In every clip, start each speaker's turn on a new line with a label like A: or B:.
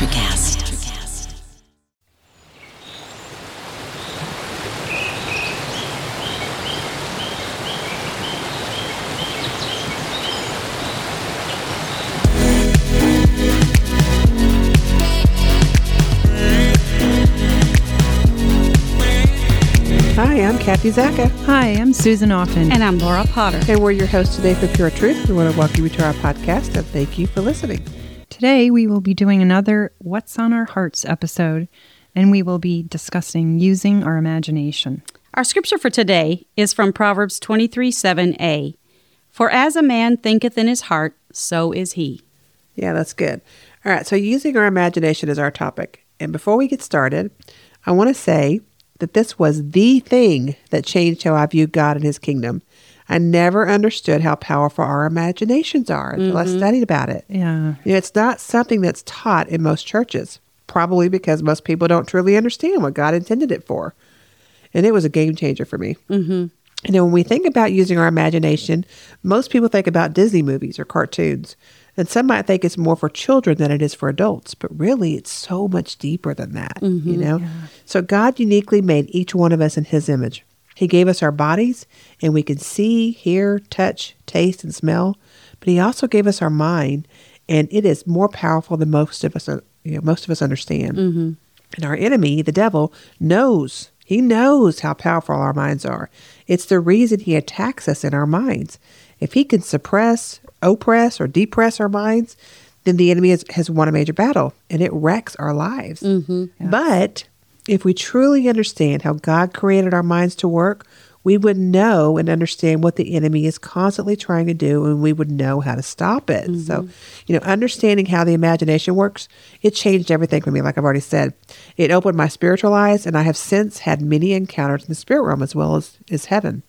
A: Electricast.
B: Hi, I'm Kathy Zaka,
C: Hi, I'm Susan Offen.
D: And I'm Laura Potter.
B: and we're your hosts today for Pure Truth. We want to welcome you to our podcast and thank you for listening.
C: today we will be doing another What's on Our Hearts episode, and we will be discussing using our imagination.
D: Our scripture for today is from Proverbs 23 7a. For as a man thinketh in his heart, so is he.
B: Yeah, that's good. All right, so using our imagination is our topic. And before we get started, I want to say that this was the thing that changed how I view God and his kingdom. I never understood how powerful our imaginations are until
D: Mm-hmm.
B: I studied about it.
C: Yeah.
B: You know, it's not something that's taught in most churches, probably because most people don't truly understand what God intended it for. And it was a game changer for me. Mm-hmm. You know, when we think about using our imagination, most people think about Disney movies or cartoons. And some might think it's more for children than it is for adults, but really it's so much deeper than that, you know? So God uniquely made each one of us in His image. He gave us our bodies, and we can see, hear, touch, taste, and smell. But He also gave us our mind, and it is more powerful than most of us, uh, you know, most of us understand. Mm-hmm. And our enemy, the devil, knows. He knows how powerful our minds are. It's the reason he attacks us in our minds. If he can suppress, oppress, or depress our minds, then the enemy has, has won a major battle and it wrecks our lives. Mm-hmm. But if we truly understand how God created our minds to work, we would know and understand what the enemy is constantly trying to do and we would know how to stop it. So, you know, understanding how the imagination works, it changed everything for me, like I've already said. It opened my spiritual eyes and I have since had many encounters in the spirit realm as well as, as heaven.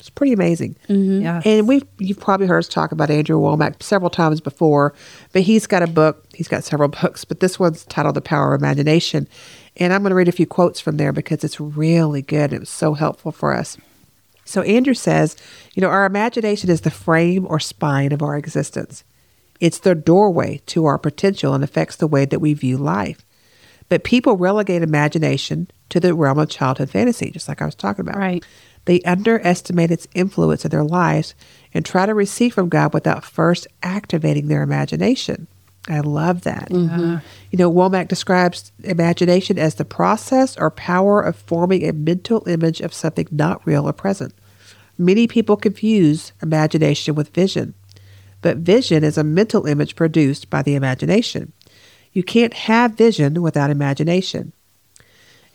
B: It's pretty amazing.
C: Yes.
B: And we've you've probably heard us talk about Andrew Womack several times before, but he's got a book. He's got several books, but this one's titled "The Power of Imagination," and I'm going to read a few quotes from there because it's really good. It was so helpful for us. So Andrew says, you know, our imagination is the frame or spine of our existence. It's the doorway to our potential and affects the way that we view life. But people relegate imagination to the realm of childhood fantasy, just like I was talking about.
D: Right.
B: They underestimate its influence in their lives and try to receive from God without first activating their imagination. I love that. You know, Womack describes imagination as the process or power of forming a mental image of something not real or present. Many people confuse imagination with vision, but vision is a mental image produced by the imagination. You can't have vision without imagination.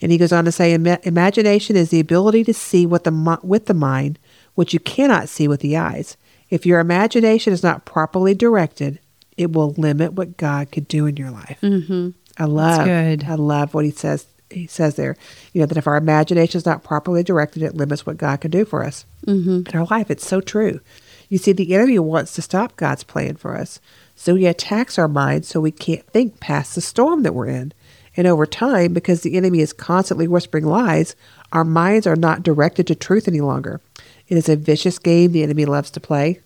B: And he goes on to say, "Ima- imagination is the ability to see what the mi- with the mind what you cannot see with the eyes. If your imagination is not properly directed, it will limit what God could do in your life. Mm-hmm. I love,
C: good.
B: I love what he says. He says there, you know, that if our imagination is not properly directed, it limits what God can do for us in our life. It's so true. You see, the enemy wants to stop God's plan for us, so he attacks our minds so we can't think past the storm that we're in. And over time, because the enemy is constantly whispering lies, our minds are not directed to truth any longer. It is a vicious game the enemy loves to play,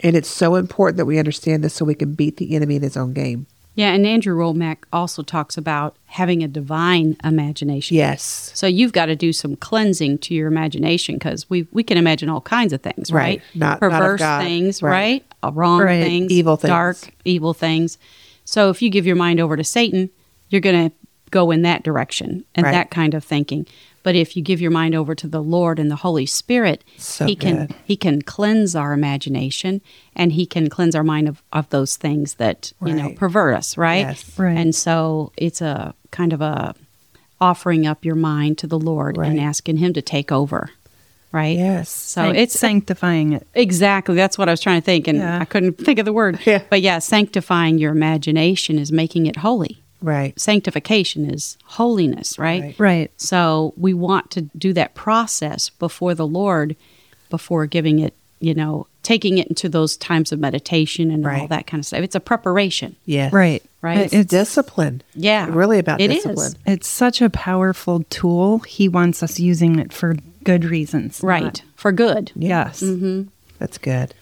B: and it's so important that we understand this so we can beat the enemy in his own game.
D: Yeah, and Andrew Womack also talks about having a divine imagination.
B: Yes.
D: So you've got to do some cleansing to your imagination because we we can imagine all kinds of things, right?
B: Right. Not- not of
D: Perverse
B: God.
D: things,
B: Right.
D: right? Uh, Wrong
C: Right.
D: things,
B: Evil things.
D: dark, evil things. So if you give your mind over to Satan, you're going to go in that direction and
B: Right.
D: that kind of thinking. But if you give your mind over to the Lord and the Holy Spirit,
B: So
D: he can
B: good.
D: he can cleanse our imagination and he can cleanse our mind of, of those things that you know
B: Right.
D: pervert us, right?
B: Yes.
C: Right.
D: And so it's a kind of a offering up your mind to the Lord
B: Right.
D: and asking Him to take over, right?
B: Yes.
D: So
C: Sanct-
D: it's
C: sanctifying it.
D: exactly that's what I was trying to think, and
C: Yeah.
D: I couldn't think of the word.
B: Yeah.
D: But yeah, sanctifying your imagination is making it holy.
B: Right.
D: Sanctification is holiness, right?
B: Right.
C: Right.
D: So we want to do that process before the Lord, before giving it, you know, taking it into those times of meditation and all
B: Right.
D: that kind of stuff. It's a preparation.
B: Yes.
C: Right.
D: Right.
C: It-
B: It's,
C: It's,
B: discipline.
D: Yeah.
B: Really about
D: It is.
B: discipline.
C: it's such a powerful tool. He wants us using it for good reasons. not- Mm-hmm.
D: Right. For good.
C: yes.
B: That's good.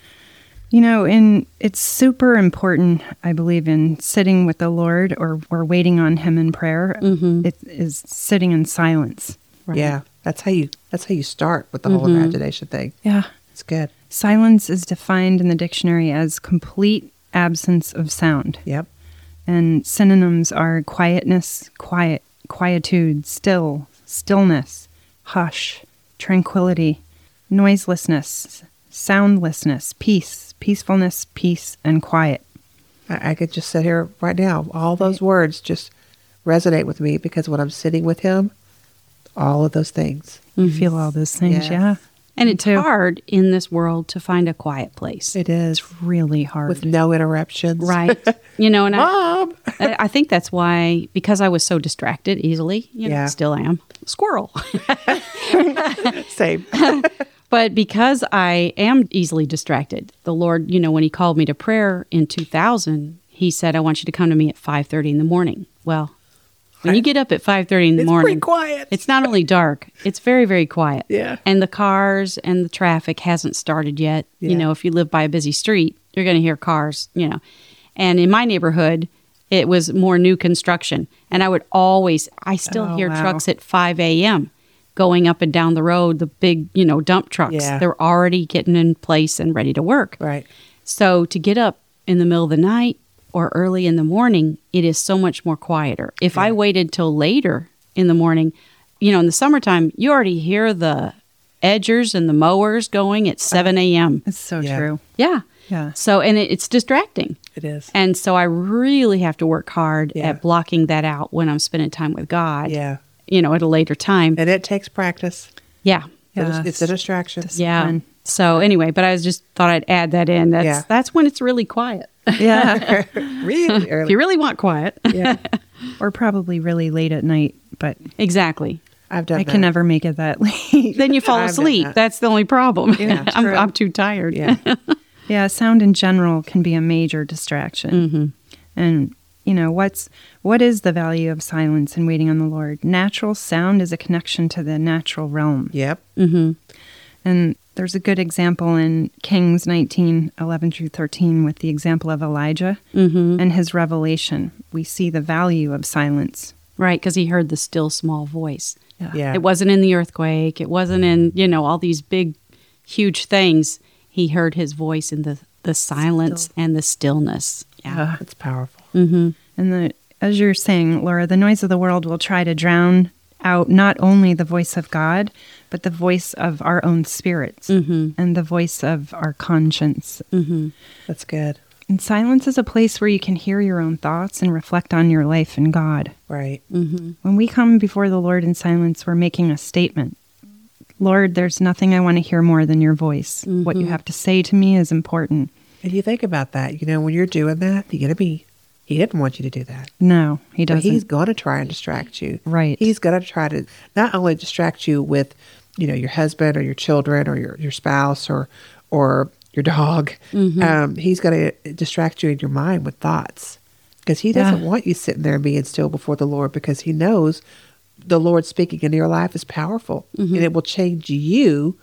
C: You know, and it's super important, I believe, in sitting with the Lord or, or waiting on Him in prayer. It is sitting in silence.
B: Yeah, that's how you that's how you start with the whole imagination thing.
C: Yeah.
B: It's good.
C: Silence is defined in the dictionary as complete absence of sound.
B: Yep.
C: And synonyms are quietness, quiet, quietude, still, stillness, hush, tranquility, noiselessness, soundlessness, peace, peacefulness, peace, and quiet.
B: I, I could just sit here right now. All those words just resonate with me because when I'm sitting with him, all of those things.
C: You feel all those things,
B: Yes.
C: yeah.
D: And it's
C: too.
D: hard in this world to find a quiet place.
B: It is
C: It's really hard.
B: with no interruptions.
D: Right. You know, and I,
B: Mom.
D: I I think that's why, because I was so distracted easily, you know,
B: Yeah.
D: still am, squirrel.
B: Same.
D: But because I am easily distracted, the Lord, you know, when He called me to prayer in 2000, He said, "I want you to come to me at 5:30 in the morning." Well, when you get up at 5:30 in the
B: It's
D: morning,
B: pretty quiet.
D: It's not only dark; it's very, very quiet.
B: Yeah.
D: And the cars and the traffic hasn't started yet. You
B: Yeah.
D: know, if you live by a busy street, you're going to hear cars. You know, and in my neighborhood, it was more new construction, and I would always, I still
B: Oh,
D: hear
B: wow.
D: trucks at 5 a.m. going up and down the road. The big, you know, dump trucks.
B: Yeah.
D: They're already getting in place and ready to work.
B: right.
D: So to get up in the middle of the night or early in the morning, it is so much more quieter. If I waited till later in the morning, you know, in the summertime, you already hear the edgers and the mowers going
B: Uh-huh.
D: at 7 a.m.
C: it's so
B: Yeah.
C: true.
D: Yeah.
C: Yeah.
D: So, and it, it's distracting.
B: It is.
D: And so I really have to work hard
B: Yeah.
D: at blocking that out when I'm spending time with God,
B: yeah.
D: you know, at a later time.
B: And it takes practice.
D: yeah.
B: But
C: Yes.
B: It's, it's a distraction.
D: Yeah.
C: Fun.
D: So anyway, but I was just thought I'd add that in. That's
B: Yeah.
D: that's when it's really quiet.
C: Yeah.
B: Really
D: if
B: early.
D: you really want quiet.
B: yeah.
C: or probably really late at night, but
D: Exactly.
B: I've done
C: I
B: that.
C: can never make it that late.
D: Then you fall
B: I've done
D: asleep.
B: that.
D: That's the only problem.
B: Yeah,
D: I'm,
B: true.
D: I'm too tired.
B: Yeah.
C: Yeah, sound in general can be a major distraction. And you know, what's what is the value of silence and waiting on the Lord? Natural sound is a connection to the natural realm.
B: Yep.
C: And there's a good example in Kings 19, 11 through 13 with the example of Elijah and his revelation. We see the value of silence.
D: Right. Because he heard the still small voice.
B: Yeah.
D: It wasn't in the earthquake. It wasn't in, you know, all these big, huge things. He heard his voice in the, the silence and the stillness. Yeah.
B: It's powerful.
C: And the as you're saying, Laura, the noise of the world will try to drown out not only the voice of God, but the voice of our own spirits
B: Mm-hmm.
C: and the voice of our conscience.
B: That's good.
C: And silence is a place where you can hear your own thoughts and reflect on your life and God.
B: Right.
C: When we come before the Lord in silence, we're making a statement. Lord, there's nothing I want to hear more than your voice. What
B: Mm-hmm.
C: you have to say to me is important.
B: And you think about that. You know, when you're doing that, the enemy, he didn't want you to do that.
C: No, he
B: But
C: doesn't.
B: he's going to try and distract you.
C: Right.
B: He's going to try to not only distract you with, you know, your husband or your children or your, your spouse or or your dog.
C: Mm-hmm.
B: Um, he's going to distract you in your mind with thoughts because he doesn't
C: Yeah.
B: want you sitting there and being still before the Lord because he knows the Lord speaking into your life is powerful
C: Mm-hmm.
B: and it will change you,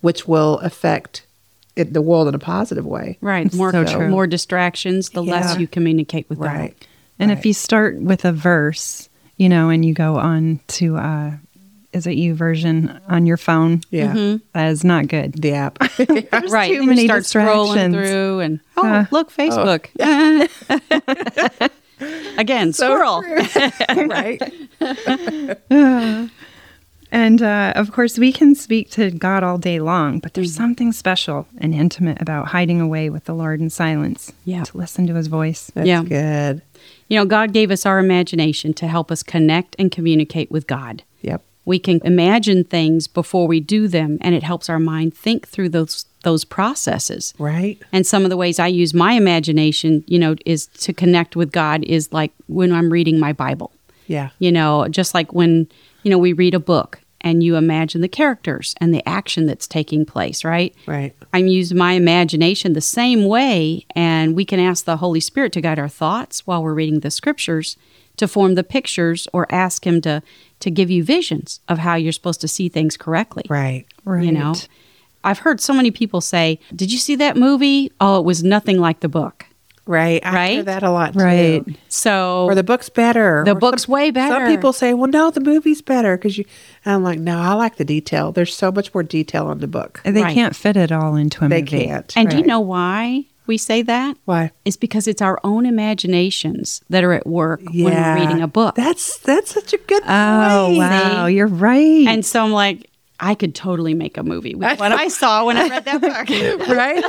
B: which will affect it, the world in a positive way.
D: Right. More,
C: so true.
D: more distractions, the less
B: Yeah.
D: you communicate with
B: Right.
D: God.
C: And
B: Right.
C: if you start with a verse, you know, and you go on to, uh, is it you version on your phone?
B: Yeah.
C: That is not good.
B: The app.
D: Mm-hmm. right.
C: too
D: then
C: many
D: you start scrolling
C: distractions.
D: through and oh, look, Facebook. Again, squirrel.
B: right.
C: And uh, of course, we can speak to God all day long, but
D: Mm.
C: there's something special and intimate about hiding away with the Lord in silence.
D: Yeah.
C: To listen to his voice.
B: That's
D: Yeah.
B: good.
D: You know, God gave us our imagination to help us connect and communicate with God.
B: Yep.
D: We can imagine things before we do them, and it helps our mind think through those those processes.
B: Right.
D: And some of the ways I use my imagination, you know, is to connect with God is like when I'm reading my Bible.
B: Yeah.
D: You know, just like when, you know, we read a book and you imagine the characters and the action that's taking place, right?
B: Right.
D: I'm using my imagination the same way, and we can ask the Holy Spirit to guide our thoughts while we're reading the scriptures to form the pictures or ask Him to, to give you visions of how you're supposed to see things correctly.
B: Right.
C: Right.
D: You know, I've heard so many people say, "Did you see that movie? Oh, it was nothing like the book."
B: Right. I hear
D: Right?
B: that a lot too.
C: Right.
D: So
B: Or the book's better.
D: The
B: Or
D: book's way
B: Some
D: better.
B: people say, "Well, no, the movie's better because you." And I'm like, "No, I like the detail. There's so much more detail in the book.
C: They
D: Right.
C: can't fit it all into a
B: They
C: movie.
B: can't.
D: and do you
B: Right.
D: know why we say that?
B: why?
D: It's because it's our own imaginations that are at work when we're reading a book.
B: That's that's such a good.
C: Oh,
B: point.
C: wow. You're right.
D: and so I'm like, I could totally make a movie with what I saw when I read that book.
B: Right.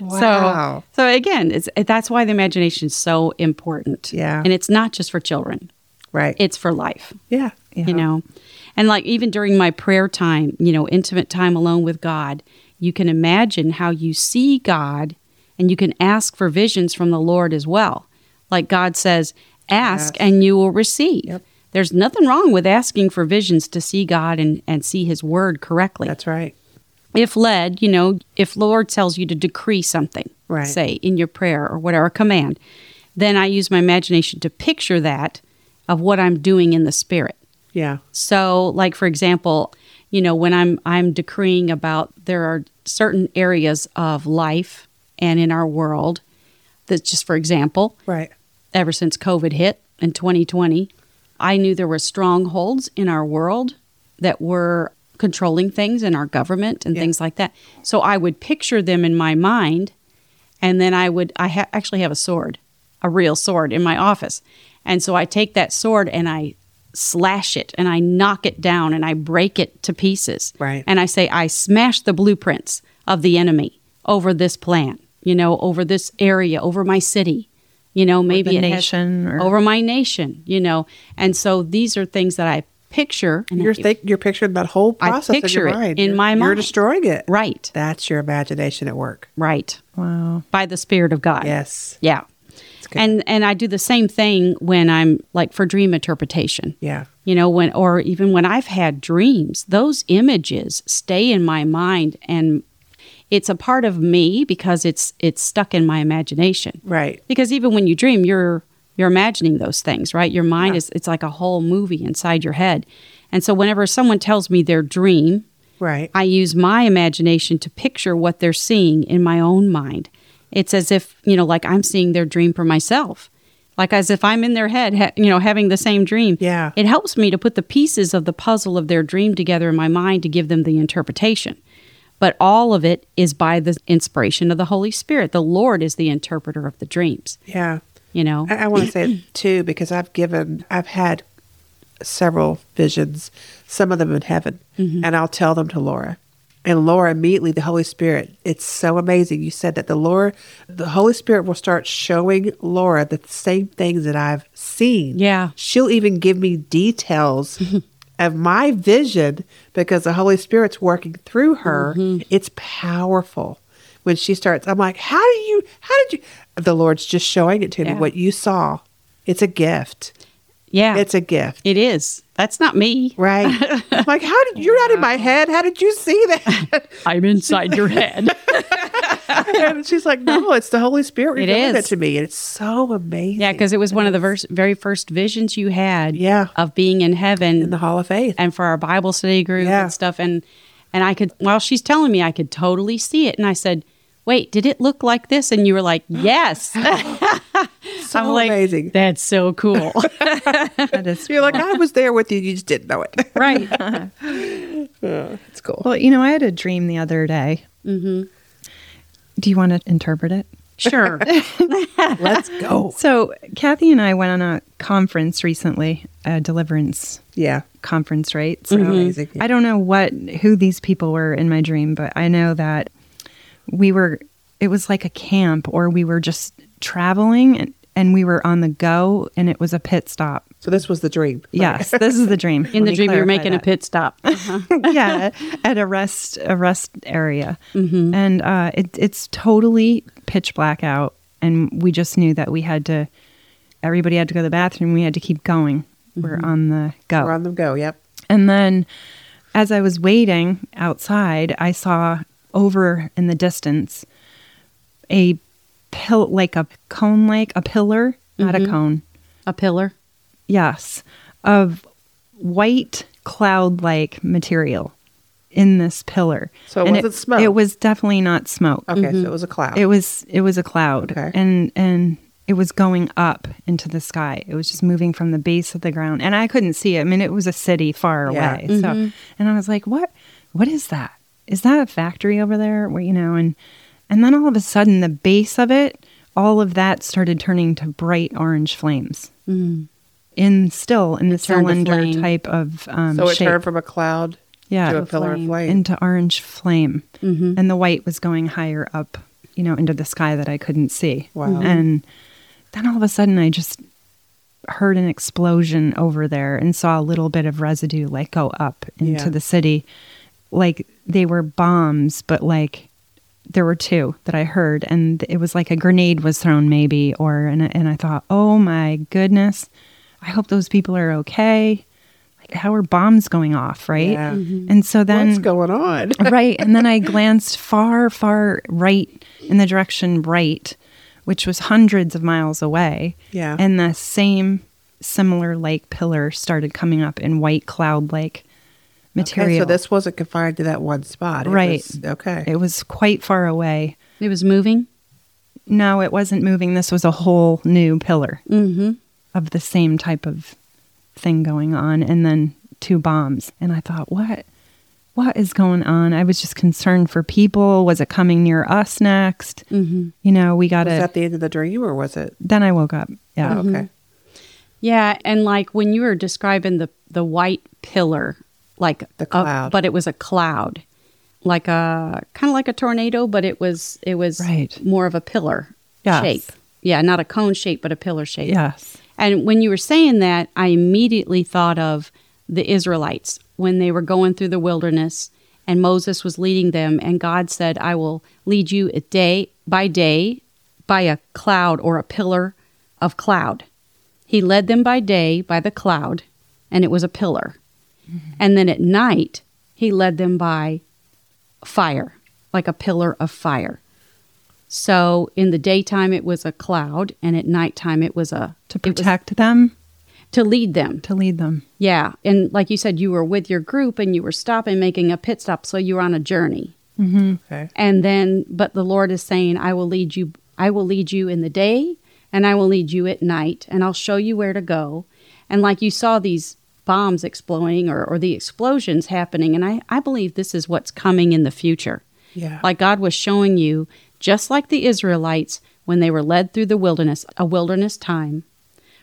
B: Wow.
D: So, so again, it's that's why the imagination is so important.
B: Yeah.
D: and it's not just for children;
B: right.
D: it's for life.
B: yeah.
C: Yeah.
D: you know and like even during my prayer time you know intimate time alone with god you can imagine how you see god and you can ask for visions from the lord as well like god says ask and you will receive
B: Yep.
D: there's nothing wrong with asking for visions to see god and, and see his word correctly
B: That's right.
D: if led you know if lord tells you to decree something
B: Right.
D: say in your prayer or whatever a command then i use my imagination to picture that of what i'm doing in the spirit
B: Yeah.
D: so, like for example, you know, when I'm I'm decreeing about there are certain areas of life and in our world that just for example,
B: Right.
D: ever since COVID hit in 2020, I knew there were strongholds in our world that were controlling things in our government and
B: Yeah.
D: things like that. So I would picture them in my mind, and then I would I ha- actually have a sword, a real sword in my office, and so I take that sword and I slash it and I knock it down and I break it to pieces.
B: Right.
D: And I say I smash the blueprints of the enemy over this plan, you know, over this area, over my city. You know, maybe
C: the
D: it has-
C: nation or-
D: over my nation, you know. And so these are things that I picture. And
B: You're
D: I-
B: think you're picturing that whole
D: I
B: process
D: picture
B: in
D: it
B: your mind.
D: in
B: You're-
D: my
B: You're
D: mind.
B: destroying it.
D: right,
B: That's your imagination at work.
D: right.
C: wow.
D: By the Spirit of God.
B: Yes.
D: Yeah.
B: good.
D: And and I do the same thing when I'm like for dream interpretation.
B: Yeah.
D: You know, when or even when I've had dreams, those images stay in my mind and it's a part of me because it's it's stuck in my imagination.
B: Right.
D: because even when you dream you're you're imagining those things right your mind is it's like a whole movie inside your head and so whenever someone tells me their dream
B: Right.
D: i use my imagination to picture what they're seeing in my own mind it's as if you know like i'm seeing their dream for myself like as if i'm in their head ha- you know having the same dream
B: Yeah.
D: it helps me to put the pieces of the puzzle of their dream together in my mind to give them the interpretation but all of it is by the inspiration of the holy spirit the lord is the interpreter of the dreams
B: yeah.
D: you know
B: I, I want to say it too because I've given, I've had several visions, some of them in heaven,
D: Mm-hmm.
B: and I'll tell them to Laura. And Laura immediately, the Holy Spirit, it's so amazing. You said that the Laura, the Holy Spirit will start showing Laura the same things that I've seen.
D: Yeah.
B: She'll even give me details of my vision because the Holy Spirit's working through her.
D: Mm-hmm.
B: It's powerful. When she starts, I'm like, how do you, how did you? The Lord's just showing it to me.
D: Yeah.
B: What you saw, it's a gift.
D: yeah
B: It's a gift.
D: it is that's not me
B: Right. I'm like, how did you're not in my head? How did you see that?
D: i'm inside your head
B: and she's like, no, it's the Holy Spirit
D: It
B: revealing it
D: is.
B: to me. And it's so amazing.
D: yeah because it was one of the vers- very first visions you had
B: Yeah.
D: of being in heaven
B: in the Hall of Faith.
D: and for our Bible study group
B: Yeah.
D: and stuff. And and I could while she's telling me, I could totally see it. And I said, "Wait, did it look like this?" And you were like, "Yes."
B: so
D: I'm like,
B: amazing.
D: "That's so cool."
C: That is
B: You're like, I was there with you. You just didn't know it.
D: right?
B: it's cool.
C: Well, you know, I had a dream the other day. Mm-hmm. Do you want to interpret it?
D: Sure.
B: Let's go.
C: So, Kathy and I went on a conference recently, a deliverance
B: Yeah.
C: conference, right? So,
D: Mm-hmm.
B: Amazing.
C: I don't know what who these people were in my dream, but I know that we were. It was like a camp, or we were just traveling, and, and we were on the go, and it was a pit stop.
B: So this was the dream.
C: Yes, this is the dream. Let
D: In the
C: me
D: dream, you're
C: clarify
D: making
C: that
D: a pit stop.
C: yeah, at a rest a rest area,
B: Mm-hmm.
C: and uh, it, it's totally pitch black out, and we just knew that we had to. Everybody had to go to the bathroom. We had to keep going. We're on the go.
B: Mm-hmm. We're on the go. Yep.
C: And then as I was waiting outside, I saw over in the distance a pill like a cone like a pillar, not
B: Mm-hmm.
C: a cone.
D: A pillar.
C: Yes, of white cloud like material. in this pillar.
B: So it
C: And
B: wasn't smoke?
C: It was definitely not smoke.
B: Okay, so it was a cloud.
C: Mm-hmm. It was it was a cloud.
B: Okay.
C: And and it was going up into the sky. It was just moving from the base of the ground. And I couldn't see it. I mean, it was a city far
B: Yeah.
C: away. So and I was like, What what is that? Is that a factory over there? Where you know, and and then all of a sudden the base of it, all of that started turning to bright orange flames. In still in the
D: turned to
C: cylinder
D: flame.
C: type of um,
B: so it
C: shape
B: turned from a cloud to
C: Yeah. To
B: a
C: a
B: pillar of
D: flame.
B: flame. Mm-hmm.
C: into orange flame and the white was going higher up you know into the sky that i couldn't see
B: Wow.
C: and then all of a sudden i just heard an explosion over there and saw a little bit of residue like go up into
B: Yeah.
C: the city like they were bombs but like there were two that i heard and it was like a grenade was thrown maybe or and, I- and i thought oh my goodness i hope those people are okay like how are bombs going off right
B: Yeah.
C: and so then
B: What's going on?
C: right. And then I glanced far, far right in the direction right, which was hundreds of miles away.
B: Yeah.
C: And the same similar like pillar started coming up in white cloud like
B: Okay,
C: material.
B: so this wasn't confined to that one spot. It
C: Right.
B: was- okay.
C: it was quite far away.
D: It was moving.
C: No, it wasn't moving. This was a whole new pillar
D: Mm-hmm.
C: of the same type of thing going on and then two bombs and i thought what what is going on i was just concerned for people was it coming near us next
D: Mm-hmm.
C: you know we got
B: was
C: to
B: that the end of the dream or was it?
C: then i woke up yeah Mm-hmm.
B: Oh, okay.
D: Yeah, and like when you were describing the the white pillar, like
B: The
D: a-
B: cloud.
D: but it was a cloud, like a kind of like a tornado, but it was it was
C: Right.
D: more of a pillar
C: Yes.
D: shape. Yeah, not a cone shape, but a pillar shape.
C: yes
D: And when you were saying that, I immediately thought of the Israelites when they were going through the wilderness and Moses was leading them and God said, "I will lead you a day by day by a cloud or a pillar of cloud." He led them by day by the cloud, and it was a pillar. And then at night, he led them by fire, like a pillar of fire. So in the daytime it was a cloud, and at nighttime it was a
C: to
D: it was
C: protect them
D: to lead them.
C: to lead them
D: Yeah. And like you said, you were with your group and you were stopping, making a pit stop. So you were on a journey.
B: Okay.
D: And then, but the Lord is saying, I will lead you, I will lead you in the day and I will lead you at night and I'll show you where to go. And like you saw these bombs exploding or, or the explosions happening. And I, I believe this is what's coming in the future.
B: Yeah.
D: Like God was showing you, just like the Israelites when they were led through the wilderness, a wilderness time.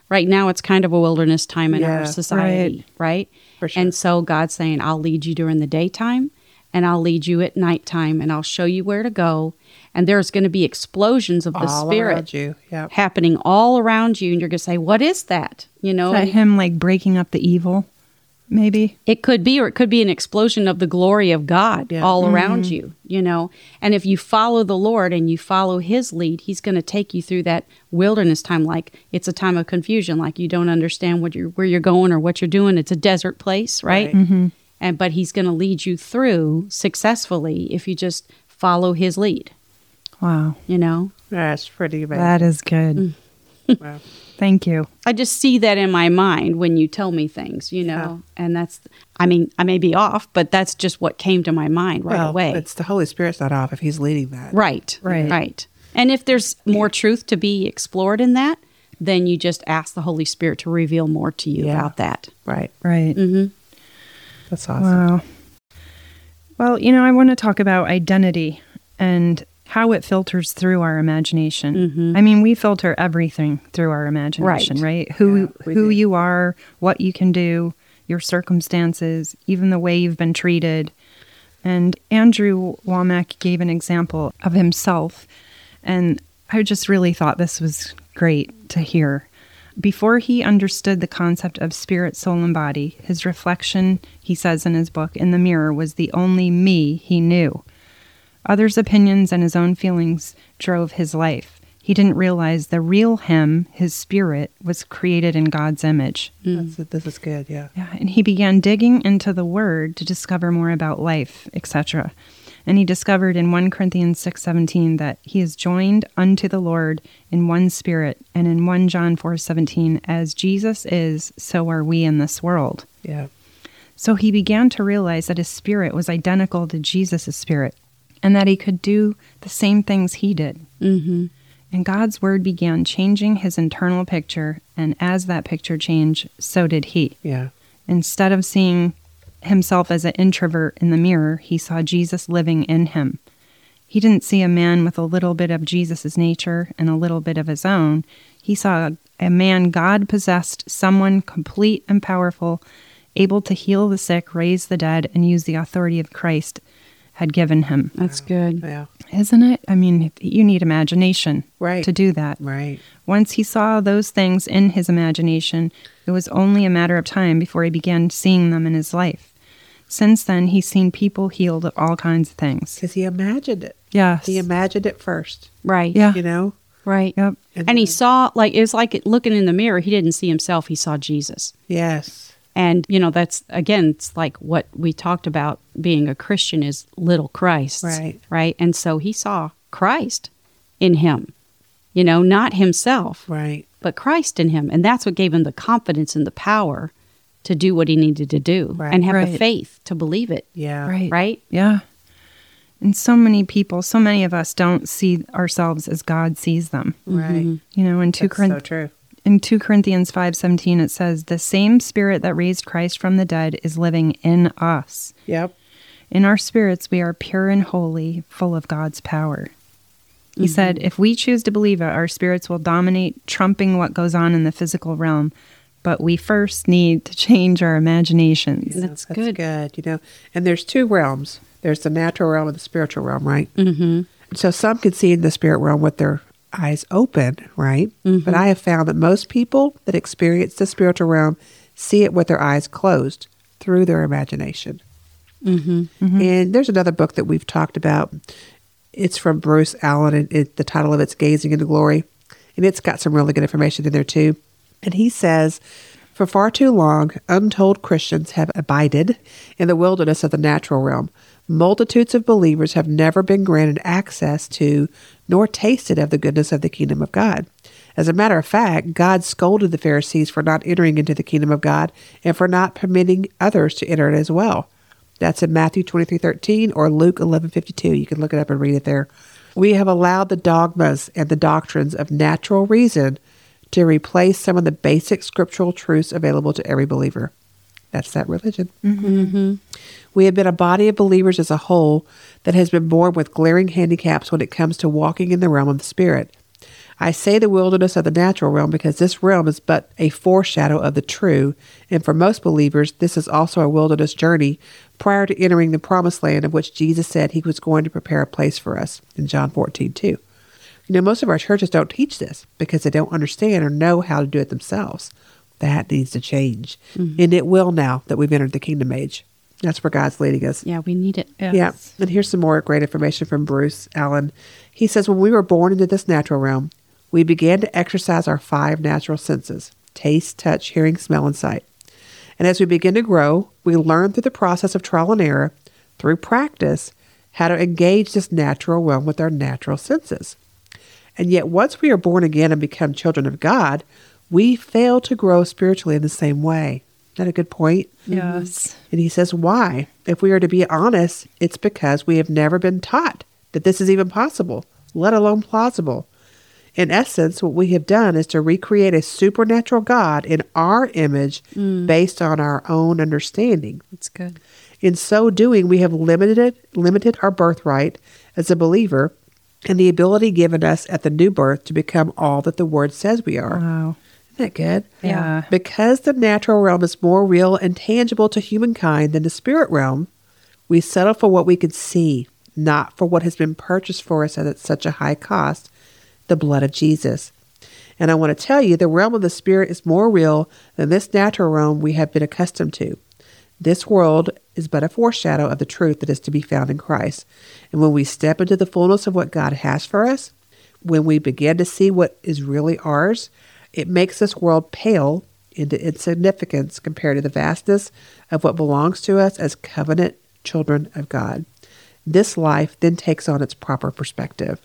D: Right now, it's kind of a wilderness time in
B: Yeah,
D: our society, right?
B: For sure.
D: And so God's saying, I'll lead you during the daytime and I'll lead you at nighttime and I'll show you where to go. And there's going to be explosions of the
B: All around
D: spirit
B: you. Yeah.
D: happening all around you. And you're going to say, What is that? You know,
C: is that him like breaking up the evil maybe
D: it could be, or it could be an explosion of the glory of God
B: Yeah. Mm-hmm.
D: all around you, you know. And if you follow the Lord and you follow His lead, He's going to take you through that wilderness time. Like it's a time of confusion, like you don't understand what you're, where you're going or what you're doing. It's a desert place, right?
B: Right. Mm-hmm.
D: And but He's going to lead you through successfully if you just follow His lead,
C: wow
D: you know.
B: That's pretty amazing.
C: that is good
B: Wow.
C: thank you
D: I just see that in my mind when you tell me things, you know. And that's, I mean, I may be off, but that's just what came to my mind right
B: well,
D: away.
B: It's the Holy Spirit's not off if he's leading that.
D: Right.
C: Right.
D: Right. And if there's more truth to be explored in that, then you just ask the Holy Spirit to reveal more to you
B: Yeah.
D: about that.
B: Right.
C: right
D: Mm-hmm.
B: That's awesome.
C: Wow. Well, you know, I want to talk about identity and how it filters through our imagination. I mean, we filter everything through our imagination, right? Who
B: we
C: who
B: do.
C: you are, what you can do, your circumstances, even the way you've been treated. And Andrew Womack gave an example of himself, and I just really thought this was great to hear. Before he understood the concept of spirit, soul, and body, his reflection, he says in his book, in the mirror was the only me he knew. Others' opinions and his own feelings drove his life. He didn't realize the real him, his spirit, was created in God's image.
B: That's, this is good. Yeah.
C: Yeah, and he began digging into the word to discover more about life, etc. And he discovered in 1 Corinthians 6:17 that he is joined unto the Lord in one spirit, and in 1 John 4:17 as Jesus is, so are we in this world.
B: Yeah.
C: So he began to realize that his spirit was identical to Jesus' spirit and that he could do the same things he did.
D: Mm-hmm.
C: And God's word began changing his internal picture, and as that picture changed, so did he.
B: Yeah.
C: Instead of seeing himself as an introvert in the mirror, he saw Jesus living in him. He didn't see a man with a little bit of Jesus' nature and a little bit of his own. He saw a, a man God possessed, someone complete and powerful, able to heal the sick, raise the dead, and use the authority of Christ had given him.
D: That's
C: Mm.
D: good.
B: Yeah.
C: Isn't it? I mean, you need imagination
B: Right.
C: to do that.
B: Right.
C: Once he saw those things in his imagination, it was only a matter of time before he began seeing them in his life. Since then, he's seen people healed of all kinds of things.
B: Because he imagined it.
C: Yes. Ah.
B: He imagined it first,
D: Right.
C: Yeah.
B: you know?
D: Right.
C: Yep.
D: And he saw like it was like looking in the mirror. He didn't see himself. He saw Jesus.
B: Yes.
D: And you know that's again, it's like what we talked about being a Christian is little Christ.
B: Right.
D: Right. And so he saw Christ in him. You know, not himself,
B: Right.
D: but Christ in him, and that's what gave him the confidence and the power to do what he needed to do
B: Right.
D: and have the
C: Right.
D: faith to believe it.
B: Yeah.
C: Right.
D: Right.
C: Yeah. And so many people, so many of us don't see ourselves as God sees them.
B: Right.
C: You know, in 2
B: That's so
C: Corinthians.
B: true.
C: in 2 Corinthians 5:17 it says the same spirit that raised Christ from the dead is living in us.
B: Yep.
C: In our spirits we are pure and holy, full of God's power. He said if we choose to believe it our spirits will dominate trumping what goes on in the physical realm, but we first need to change our imaginations.
B: Yeah,
D: That's good.
B: You know, and there's two realms. There's the natural realm and the spiritual realm, right? Mm-hmm. So some can see in the spirit realm with their eyes open, right?
D: Mm-hmm.
B: But I have found that most people that experience the spiritual realm see it with their eyes closed through their imagination. And there's another book that we've talked about. It's from Bruce Allen, and it, the title of it's Gazing into Glory. And it's got some really good information in there, too. And he says, For far too long, untold Christians have abided in the wilderness of the natural realm. Multitudes of believers have never been granted access to nor tasted of the goodness of the kingdom of God. As a matter of fact, God scolded the Pharisees for not entering into the kingdom of God and for not permitting others to enter it as well. That's in Matthew twenty three thirteen or Luke eleven fifty two. You can look it up and read it there. We have allowed the dogmas and the doctrines of natural reason to replace some of the basic scriptural truths available to every believer. That's that religion. We have been a body of believers as a whole that has been born with glaring handicaps when it comes to walking in the realm of the Spirit. I say the wilderness of the natural realm because this realm is but a foreshadow of the true, and for most believers, this is also a wilderness journey prior to entering the promised land of which Jesus said he was going to prepare a place for us in John 14 2. You know, most of our churches don't teach this because they don't understand or know how to do it themselves. That needs to change. And it will now that we've entered the kingdom age. That's where God's leading us.
D: Yeah, we need it.
B: Yeah. And here's some more great information from Bruce Allen. He says When we were born into this natural realm, we began to exercise our five natural senses taste, touch, hearing, smell, and sight. And as we begin to grow, we learn through the process of trial and error, through practice, how to engage this natural realm with our natural senses. And yet, once we are born again and become children of God, we fail to grow spiritually in the same way. Isn't that a good point?
C: Yes.
B: And he says, Why? If we are to be honest, it's because we have never been taught that this is even possible, let alone plausible. In essence, what we have done is to recreate a supernatural God in our image based on our own understanding.
D: Mm. That's good.
B: In so doing, we have limited limited our birthright as a believer and the ability given us at the new birth to become all that the word says we are.
C: Wow.
B: Isn't that good?
C: Yeah.
B: Because the natural realm is more real and tangible to humankind than the spirit realm, we settle for what we could see, not for what has been purchased for us at such a high cost the blood of Jesus. And I want to tell you, the realm of the spirit is more real than this natural realm we have been accustomed to. This world is but a foreshadow of the truth that is to be found in Christ. And when we step into the fullness of what God has for us, when we begin to see what is really ours, it makes this world pale into insignificance compared to the vastness of what belongs to us as covenant children of God. This life then takes on its proper perspective.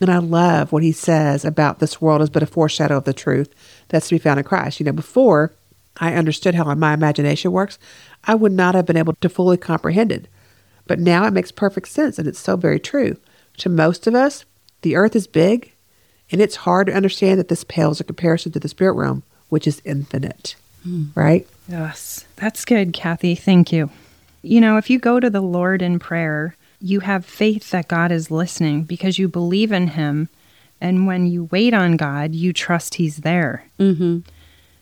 B: And I love what he says about this world is but a foreshadow of the truth that's to be found in Christ. You know, before I understood how my imagination works, I would not have been able to fully comprehend it. But now it makes perfect sense and it's so very true. To most of us, the earth is big and it's hard to understand that this pales in comparison to the spirit realm, which is infinite. Right?
C: Yes, that's good, Kathy. Thank you. You know, if you go to the Lord in prayer, you have faith that God is listening because you believe in Him. And when you wait on God, you trust He's there.
D: Mm-hmm.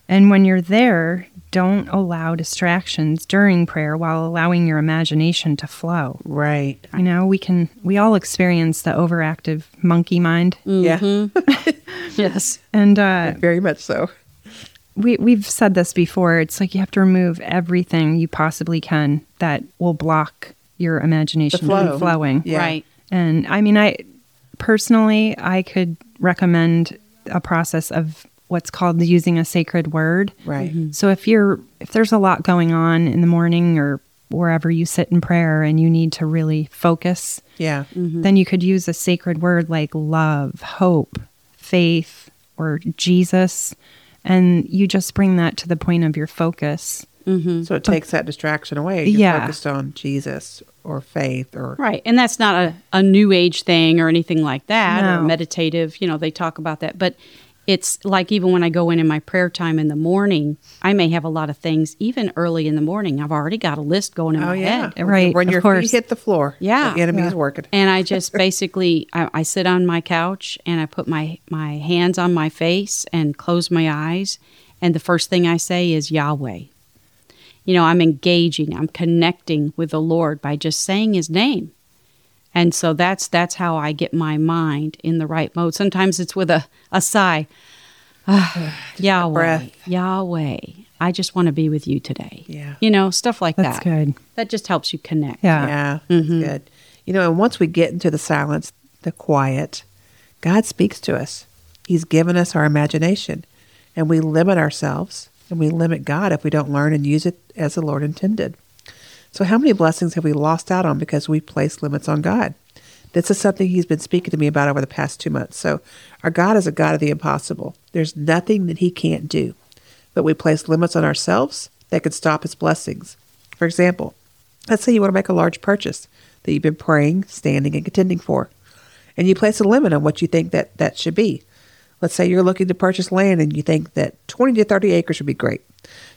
C: And when you're there, don't allow distractions during prayer while allowing your imagination to flow.
B: Right.
C: You know, we can, we all experience the overactive monkey mind.
B: Mm. Yeah.
D: Yes.
C: And uh,
B: Very much so.
C: we, we've said this before. It's like you have to remove everything you possibly can that will block your imagination
B: flow.
C: from flowing.
B: Yeah.
D: Right.
C: And I mean, I personally, I could recommend a process of what's called using a sacred word.
B: Right.
C: So if you're if there's a lot going on in the morning or wherever you sit in prayer and you need to really focus,
B: Yeah.
C: then you could use a sacred word like love, hope, faith, or Jesus, and you just bring that to the point of your focus.
B: So it takes that distraction away. You're
C: Yeah.
B: focused on Jesus or faith or
D: Right. And that's not a, a new age thing or anything like that or
C: No.
D: meditative. You know, they talk about that. But it's like even when I go in in my prayer time in the morning, I may have a lot of things, even early in the morning. I've already got a list going in
B: Oh
D: my
B: yeah,
D: head.
B: When-
C: Right,
B: When
C: of
B: your
C: course.
B: feet hit the floor,
D: Yeah.
B: the enemy's
D: Yeah.
B: working.
D: And I just basically, I, I sit on my couch and I put my, my hands on my face and close my eyes. And the first thing I say is Yahweh. You know, I'm engaging, I'm connecting with the Lord by just saying his name. And so that's that's how I get my mind in the right mode. Sometimes it's with a, a sigh. Ah, Yahweh.
B: breath.
D: Yahweh. I just want to be with you today.
B: Yeah.
D: You know, stuff like
C: That's
D: that.
C: good.
D: That just helps you connect.
C: Yeah.
B: Yeah, that's good. You know, and once we get into the silence, the quiet, God speaks to us. He's given us our imagination, and we limit ourselves and we limit God if we don't learn and use it as the Lord intended. So, how many blessings have we lost out on because we placed limits on God? This is something He's been speaking to me about over the past two months. So, our God is a God of the impossible. There's nothing that He can't do, but we place limits on ourselves that could stop His blessings. For example, let's say you want to make a large purchase that you've been praying, standing, and contending for, and you place a limit on what you think that that should be. Let's say you're looking to purchase land and you think that 20 to 30 acres would be great.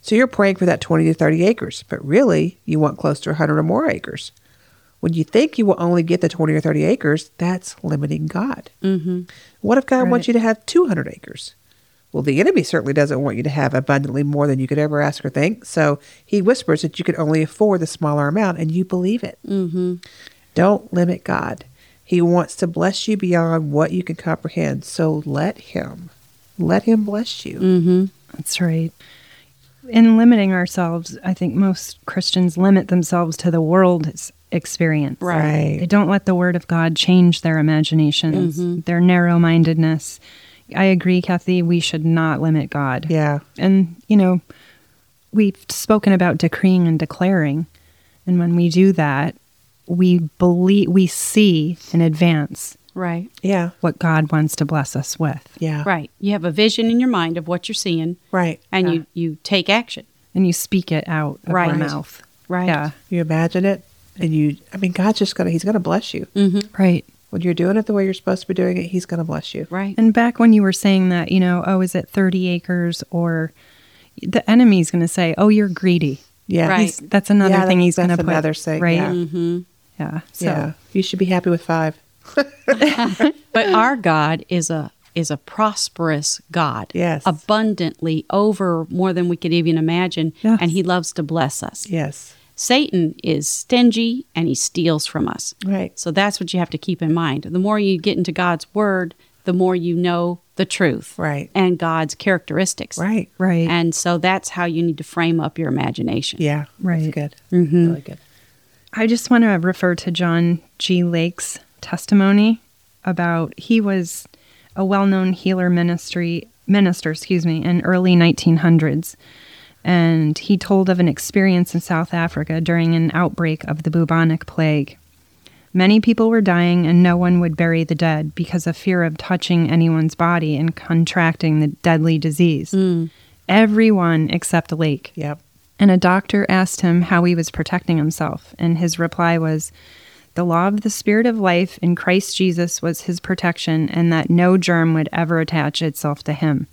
B: So you're praying for that 20 to 30 acres, but really you want close to 100 or more acres. When you think you will only get the 20 or 30 acres, that's limiting God. Mm-hmm. What if God wants you to have 200 acres? Well, the enemy certainly doesn't want you to have abundantly more than you could ever ask or think. So he whispers that you could only afford the smaller amount, and you believe it. Don't limit God. He wants to bless you beyond what you can comprehend. So let Him. Let Him bless you.
C: That's right. In limiting ourselves, I think most Christians limit themselves to the world's experience.
B: Right.
C: They don't let the word of God change their imaginations, their narrow mindedness. I agree, Kathy, we should not limit God.
B: Yeah.
C: And, you know, we've spoken about decreeing and declaring. And when we do that, we believe, we see in advance
D: Right.
B: Yeah.
C: what God wants to bless us with.
B: Yeah.
D: Right. You have a vision in your mind of what you're seeing
B: Right.
D: and you, you take action.
C: And you speak it out of
D: Right.
C: your mouth.
D: Right.
C: Yeah.
B: You imagine it, and you. I mean, God's just gonna. He's gonna bless you
C: Mm-hmm. Right.
B: when you're doing it the way you're supposed to be doing it. He's gonna bless you.
D: Right.
C: And back when you were saying that, you know, oh, is it 30 acres or the enemy's going to say, oh, you're greedy.
B: Yeah.
D: Right.
C: He's, that's another
B: Yeah,
C: thing he's
B: that's-
C: going to
B: that's
C: put.
B: another thing,
C: Right.
B: yeah.
C: Yeah. Mm-hmm. So,
B: Yeah. You should be happy with five.
D: but our God is a is a prosperous God.
B: Yes.
D: Abundantly over more than we could even imagine.
C: Yes.
D: And he loves to bless us.
B: Yes.
D: Satan is stingy and he steals from us.
B: Right.
D: So that's what you have to keep in mind. The more you get into God's word, the more you know the truth.
B: Right.
D: And God's characteristics.
B: Right.
C: right.
D: And so that's how you need to frame up your imagination.
B: Yeah.
C: Right.
B: That's good. Mm-hmm. Really good.
C: I just want to refer to John G. Lake's testimony about he was a well-known healer ministry minister, excuse me, in early 1900s, and he told of an experience in South Africa during an outbreak of the bubonic plague. Many people were dying, and no one would bury the dead because of fear of touching anyone's body and contracting the deadly disease. everyone except Lake.
B: Yep.
C: And a doctor asked him how he was protecting himself, and his reply was, The law of the Spirit of life in Christ Jesus was his protection, and that no germ would ever attach itself to him.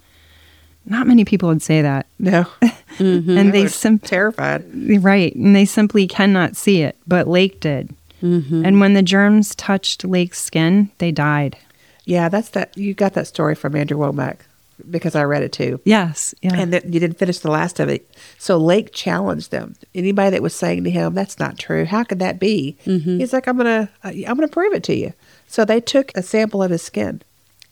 C: Not many people would say that.
B: No.
C: And they
B: They're
C: sim-
B: terrified.
C: Right. And they simply cannot see it, but Lake did. And when the germs touched Lake's skin, they died.
B: Yeah, that's that. You got that story from Andrew Womack because I read it too.
C: Yes. Yeah.
B: And that you didn't finish the last of it. So Lake challenged them. Anybody that was saying to him, "That's not true. How could that be?"
C: Mm-hmm.
B: He's like, "I'm gonna, uh, I'm gonna prove it to you." So they took a sample of his skin,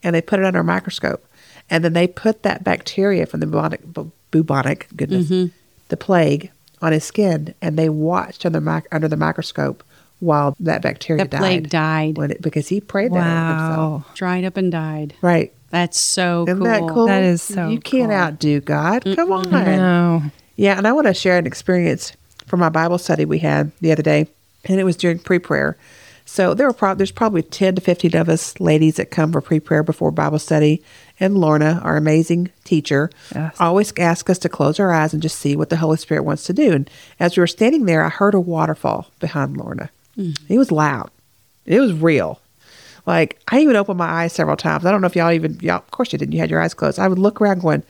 B: and they put it under a microscope, and then they put that bacteria from the bubonic, bu- bubonic goodness,
C: Mm-hmm.
B: the plague on his skin, and they watched under, mic- under the microscope while that bacteria
D: The plague died.
B: when it, because he prayed that over himself.
C: wow.
D: dried up and died.
B: Right.
D: That's so
B: Isn't
D: cool.
B: that cool?
C: That is so
B: You can't
C: cool.
B: outdo God. Come on.
C: No.
B: Yeah, and I want to share an experience from my Bible study we had the other day, and it was during pre-prayer. So there were prob- there's probably ten to fifteen of us ladies that come for pre-prayer before Bible study, and Lorna, our amazing teacher,
C: Yes.
B: always asks us to close our eyes and just see what the Holy Spirit wants to do. And as we were standing there, I heard a waterfall behind Lorna. It was loud. It was real. Like I even opened my eyes several times. I don't know if y'all even y'all. Of course you didn't. You had your eyes closed. I would look around going.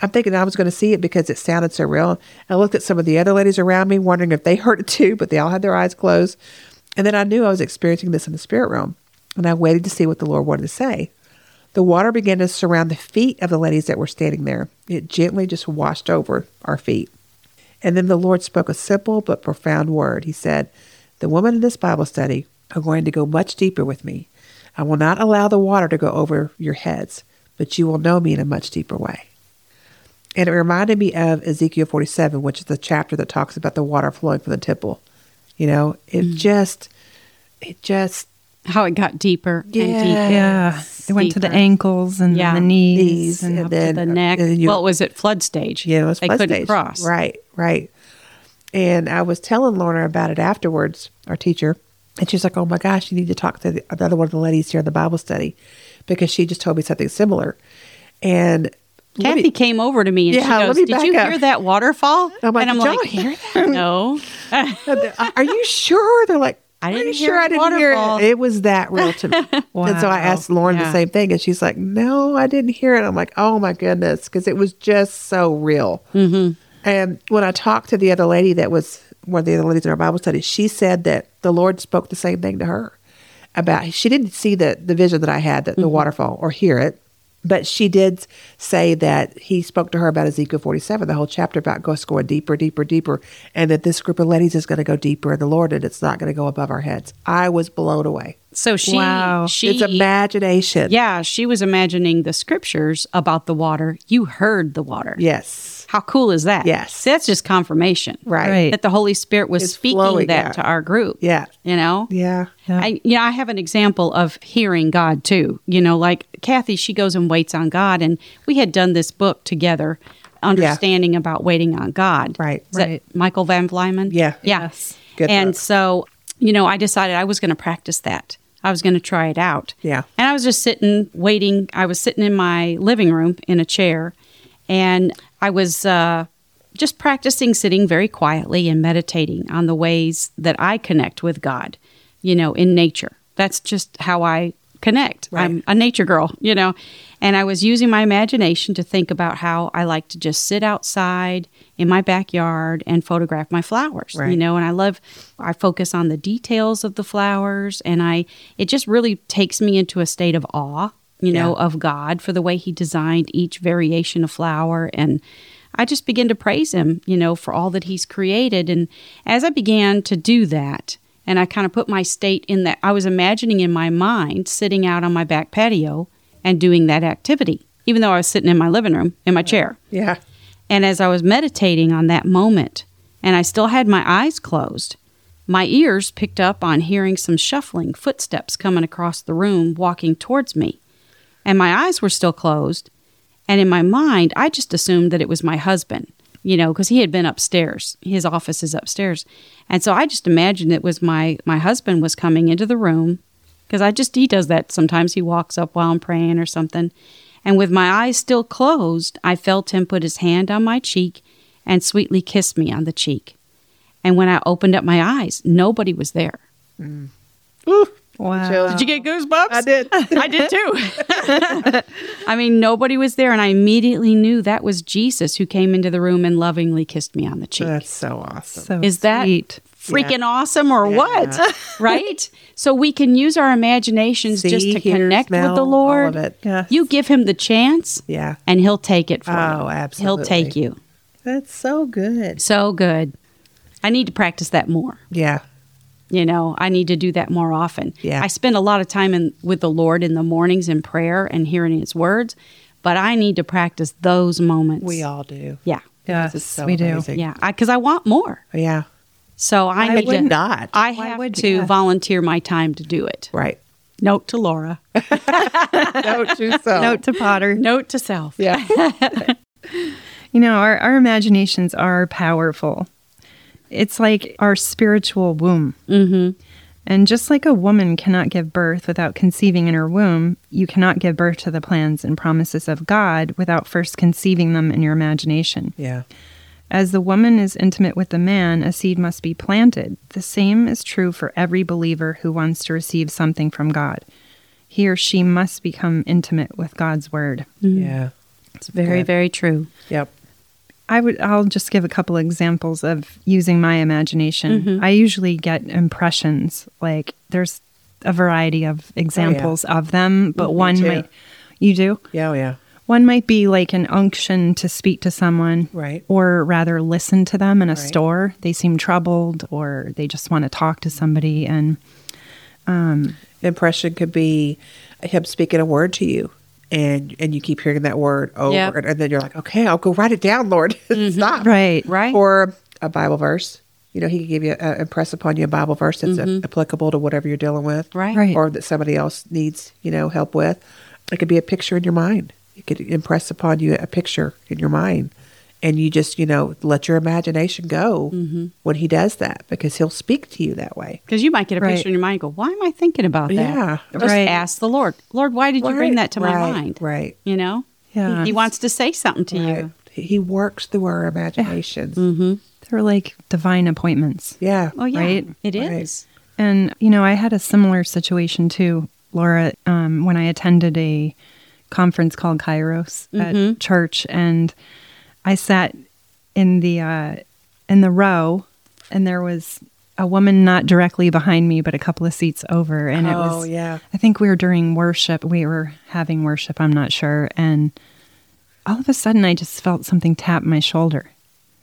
B: I'm thinking I was going to see it because it sounded so real. I looked at some of the other ladies around me, wondering if they heard it too, but they all had their eyes closed. And then I knew I was experiencing this in the spirit realm, and I waited to see what the Lord wanted to say. The water began to surround the feet of the ladies that were standing there. It gently just washed over our feet. And then the Lord spoke a simple but profound word. He said, The women in this Bible study are going to go much deeper with me. I will not allow the water to go over your heads, but you will know me in a much deeper way. And it reminded me of Ezekiel 47, which is the chapter that talks about the water flowing from the temple. You know, it just, it just,
D: How it got deeper and deeper.
C: Yeah. It went to the
D: Deeper.
C: ankles and
D: Yeah.
C: then the knees.
B: Knees
C: And
B: and
C: up-
B: then- uh,
D: To the neck.
B: and you-
D: well, it was at flood stage.
B: Yeah, it was
D: they
B: flood
D: couldn't
B: stage.
D: cross.
B: Right, right. And I was telling Lorna about it afterwards, our teacher, and she's like, "Oh my gosh, you need to talk to the, another one of the ladies here in the Bible study," because she just told me something similar. And let
D: Kathy
B: me-
D: came over to me and
B: Yeah,
D: she
B: let
D: goes,
B: me
D: "Did you
B: back up."
D: hear that waterfall?"
B: I'm like,
D: and I'm
B: "Did y'all
D: like,
B: hear
D: "No."
B: are you sure? They're like,
D: I
B: "Are
D: didn't
B: you
D: hear
B: sure
D: the
B: I didn't
D: waterfall.
B: hear it. It was that real to me. And so I
C: Wow.
B: asked Lauren the
D: Yeah.
B: same thing, and she's like, "No, I didn't hear it." I'm like, "Oh my goodness," because it was just so real. Mm-hmm. And when I talked to the other lady that was one of the other ladies in our Bible study, she said that the Lord spoke the same thing to her about. She didn't see the the vision that I had, that the
D: Mm-hmm.
B: waterfall, or hear it. But she did say that he spoke to her about Ezekiel 47, the whole chapter about us going deeper, deeper, deeper, and that this group of ladies is going to go deeper in the Lord and it's not going to go above our heads. I was blown away.
D: So she,
C: Wow.
D: she,
B: it's imagination.
D: yeah, she was imagining the scriptures about the water. You heard the water.
B: Yes.
D: How cool is that?
B: Yes.
D: See, that's just confirmation,
B: Right.
C: Right.
D: That the Holy Spirit was
B: It's
D: speaking
B: flowing,
D: that
B: yeah.
D: to our group.
B: Yeah.
D: You know.
B: Yeah.
C: Yeah.
D: I, you know, I have an example of hearing God too. You know, like Kathy, she goes and waits on God, and we had done this book together, understanding about waiting on God.
B: Right.
D: Is that
C: Right.
D: Michael Van Vliman.
B: Yeah.
D: yeah.
C: Yes.
B: Good
D: and
B: book.
D: so, you know, I decided I was going to practice that. I was going to try it out.
B: Yeah.
D: And I was just sitting, waiting. I was sitting in my living room in a chair, and I was uh, just practicing sitting very quietly and meditating on the ways that I connect with God, you know, in nature. That's just how I connect. I'm a nature girl, you know. And I was using my imagination to think about how I like to just sit outside in my backyard and photograph my flowers, you
B: Right.
D: know know and i love i focus on the details of the flowers and i it just really takes me into a state of awe you know of god for the way he designed each variation of flower and i just begin to praise him you know for all that he's created and as i began to do that and i kind of put my state in that i was imagining in my mind sitting out on my back patio and doing that activity even though i was sitting in my living room in my chair
B: Yeah.
D: and as I was meditating on that moment, and I still had my eyes closed, my ears picked up on hearing some shuffling footsteps coming across the room, walking towards me. And my eyes were still closed. And in my mind, I just assumed that it was my husband, you know, because he had been upstairs. His office is upstairs. And so I just imagined it was my, my husband was coming into the room because I just, he does that sometimes. He walks up while I'm praying or something. and with my eyes still closed, I felt him put his hand on my cheek and sweetly kiss me on the cheek. And when I opened up my eyes, nobody was there.
C: Wow.
B: Chills.
D: Did you get goosebumps?
B: I did.
D: I did too. I mean, nobody was there, and I immediately knew that was Jesus who came into the room and lovingly kissed me on the cheek.
B: That's so awesome.
C: So
D: Is that
C: sweet.
D: freaking awesome or
B: Yeah.
D: what? right? So we can use our imaginations just
B: See,
D: to
B: hear,
D: connect
B: smell,
D: with the Lord.
B: All of it.
C: Yes.
D: You give him the chance,
B: Yeah.
D: and he'll take it for you.
B: Oh, absolutely.
D: He'll take you.
B: That's so good.
D: So good. I need to practice that more.
B: Yeah.
D: You know, I need to do that more often.
B: Yeah.
D: I spend a lot of time in, with the Lord in the mornings in prayer and hearing His words, but I need to practice those moments.
B: We all do.
D: Yeah.
C: Yes,
B: This is so
C: we do.
B: amazing.
D: Yeah. Because I, want more.
B: Yeah.
D: So I
B: I
D: need
B: would
D: to.
B: not.
D: I
C: Why
D: have
C: would
D: to
C: you? Yeah.
D: volunteer my time to do it.
B: Right.
D: Note to Laura.
B: Don't do so.
C: Note to Potter.
D: Note to self.
B: Yeah.
C: You know, our, our imaginations are powerful. It's like our spiritual womb.
D: Mm-hmm.
C: And just like a woman cannot give birth without conceiving in her womb, you cannot give birth to the plans and promises of God without first conceiving them in your imagination.
B: Yeah.
C: As the woman is intimate with the man, a seed must be planted. The same is true for every believer who wants to receive something from God. He or she must become intimate with God's word.
B: Yeah.
D: It's very,
B: Good.
D: very true.
B: Yep.
C: I would I'll just give a couple examples of using my imagination.
B: Mm-hmm.
C: I usually get impressions like there's a variety of examples of them, but
B: Oh, Mm, Me
C: one
B: too.
C: might you do.
B: Yeah. oh, Yeah.
C: One might be like an unction to speak to someone
B: Right.
C: or rather listen to them in a
B: Right.
C: store. They seem troubled or they just want to talk to somebody and
B: Impression could be him speaking a word to you. And, and you keep hearing that word over
D: Yep. Mm-hmm.
B: and, and then you're like, okay, I'll go write it down, Lord. Stop.
C: right.
D: Right?
B: Or a Bible verse. You know, he could give you, uh, impress upon you a Bible verse that's uh, applicable to whatever you're dealing with.
D: Mm-hmm. right?
C: Right.
B: or that somebody else needs, you know, help with. It could be a picture in your mind. It could impress upon you a picture in your mind. And you just, you know, let your imagination go
D: Mm-hmm.
B: when he does that because he'll speak to you that way.
D: Because you might get a
C: Right.
D: picture in your mind and go, why am I thinking about that?
B: Yeah.
D: Just
C: Right.
D: ask the Lord. Lord, why did you bring
B: Right,
D: that to my
B: right,
D: mind?
B: Right.
D: You know?
C: Yeah.
D: He wants to say something to
B: Right.
D: you.
B: He He works through our imaginations. Yeah.
C: They're like divine appointments.
D: Oh, yeah.
C: Right.
D: It
B: Right.
D: is.
C: And, you know, I had a similar situation too, Laura, um, when I attended a conference called Kairos at church. And I sat in the, uh, in the row, and there was a woman not directly behind me, but a couple of seats over. And it
B: Oh,
C: was,
B: yeah.
C: I think we were during worship. We were having worship, I'm not sure. And all of a sudden, I just felt something tap my shoulder.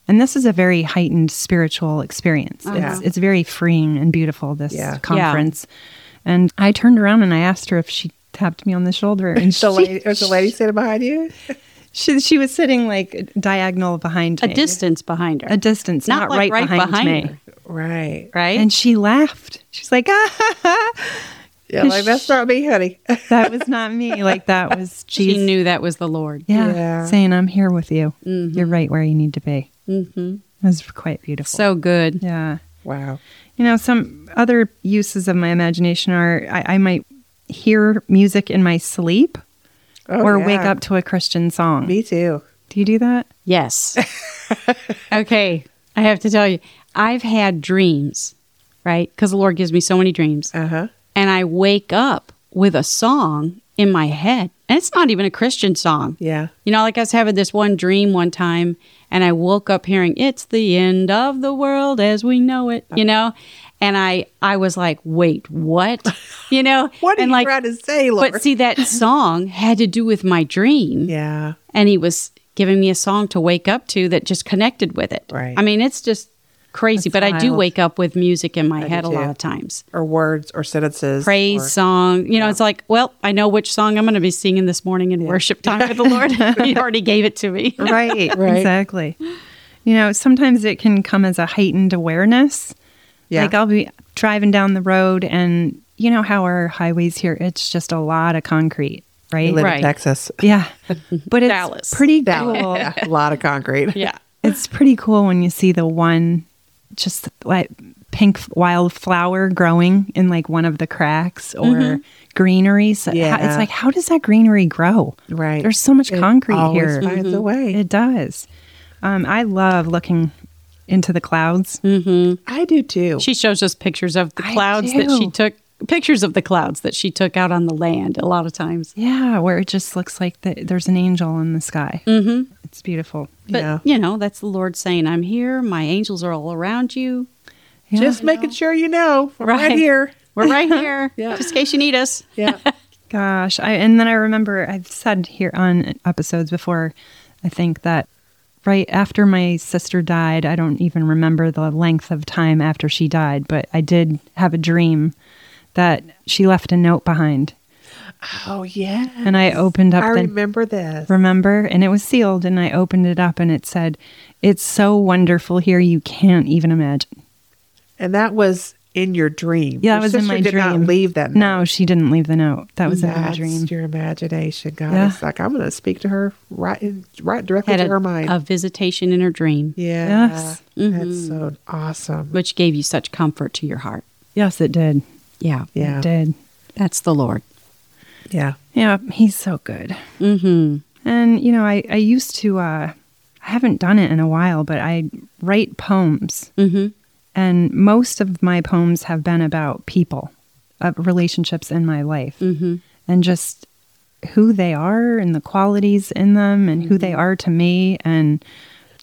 C: And this is a very heightened spiritual experience. It's, it's very freeing and beautiful, this
B: Uh-huh. Yeah. Yeah.
C: conference. And I turned around and I asked her if she tapped me on the shoulder. And she,
B: The lady, was the lady sitting behind you?
C: she, she was sitting like diagonal behind
D: A
C: me.
D: distance behind her.
C: A distance, not,
D: Not, like
C: right, behind, me.
D: her.
B: Right.
D: Right?
C: And she laughed. She's like, ah, ha, ha,
B: Yeah, like, that's not me, honey.
C: that was not me. Like, that was
D: she
C: Jesus.
D: knew that was the Lord.
C: Yeah,
B: Yeah. Mm-hmm.
C: saying I'm here with you. You're right where you need to be.
D: Mm-hmm.
C: It was quite beautiful.
D: So good.
C: yeah,
B: Wow.
C: you know, some other uses of my imagination are I, I might hear music in my sleep
B: Oh,
C: or
B: yeah.
C: wake up to a Christian song.
B: Me too.
C: Do you do that?
D: Yes. okay. I have to tell you, I've had dreams, right? Because the Lord gives me so many dreams.
B: Uh huh.
D: And I wake up with a song in my head. And it's not even a Christian song.
B: Yeah.
D: You know, like I was having this one dream one time and I woke up hearing it's the end of the world as we know it,
B: Uh.
D: you know? And I I was like, "Wait, what?" You know?
B: What are
D: and
B: you
D: like
B: trying to say, Lord?
D: But see that song had to do with my dream.
B: yeah.
D: And he was giving me a song to wake up to that just connected with it.
B: Right.
D: I mean, it's just crazy,
C: That's
D: but I do
C: wild.
D: wake up with music in my
B: do
D: head a lot
B: too.
D: of times.
B: or words or sentences.
D: Praise
B: or-
D: song. You know, it's like, well, I know which song I'm going to be singing this morning in worship time with the Lord. he already gave it to me.
C: Right,
B: Right.
C: exactly. You know, sometimes it can come as a heightened awareness.
B: Yeah.
C: Like I'll be driving down the road and you know how our highways here, it's just a lot of concrete, right?
B: I live
D: Right.
B: in Texas.
C: Yeah. But it's
D: Dallas.
C: pretty cool.
B: Dallas. a lot of concrete.
D: Yeah.
C: It's pretty cool when you see the one just like pink wildflower growing in like one of the cracks or greeneries. How-
B: Mm-hmm. Yeah.
C: It's like, how does that greenery grow?
B: Right.
C: There's so much
B: It
C: concrete
B: always
C: here.
B: finds a way.
C: It does. Um, I love looking into the clouds.
B: Mm-hmm. I do too.
D: She shows us pictures of the
C: I
D: clouds that she
C: do.
D: took pictures of the clouds that she took out on the land a lot of times.
C: Yeah, where it just looks like the, there's an angel in the sky. Mm-hmm. It's beautiful.
D: But
B: Yeah.
D: you know, that's the Lord saying, "I'm here. My angels are all around you.
C: Yeah.
B: Just making sure you know, we're right,
D: Right.
B: here.
D: We're right here, just in case you need us."
B: Yeah.
C: Gosh, I and then I remember I've said here on episodes before, I think that right after my sister died, I don't even remember the length of time after she died, but I did have a dream that she left a note behind.
B: oh yeah.
C: And I opened up
B: I
C: the
B: remember this.
C: remember and it was sealed and I opened it up and it said, "It's so wonderful here, you can't even imagine."
B: And that was in your dream.
C: Yeah,
B: your
C: that was in
B: sister
C: my
B: did
C: dream.
B: not leave that.
C: No, she didn't leave the note. That was in my
B: That's
C: dream.
B: your imagination, God.
C: Yeah.
B: It's like I'm going to speak to her right, in, right directly
D: Had
B: to her
D: a,
B: mind.
D: a visitation in her dream,
B: yeah,
C: Yes.
B: that's so awesome.
D: which gave you such comfort to your heart.
C: Yes, it did.
D: Yeah,
B: Yeah,
C: It did.
D: that's the Lord.
B: yeah.
C: Yeah, he's so good.
D: Mm-hmm.
C: And you know, I I used to uh I haven't done it in a while, but I write poems.
D: Mm-hmm.
C: And most of my poems have been about people, of relationships in my life
D: Mm-hmm.
C: and just who they are and the qualities in them and who they
D: Mm-hmm.
C: are to me and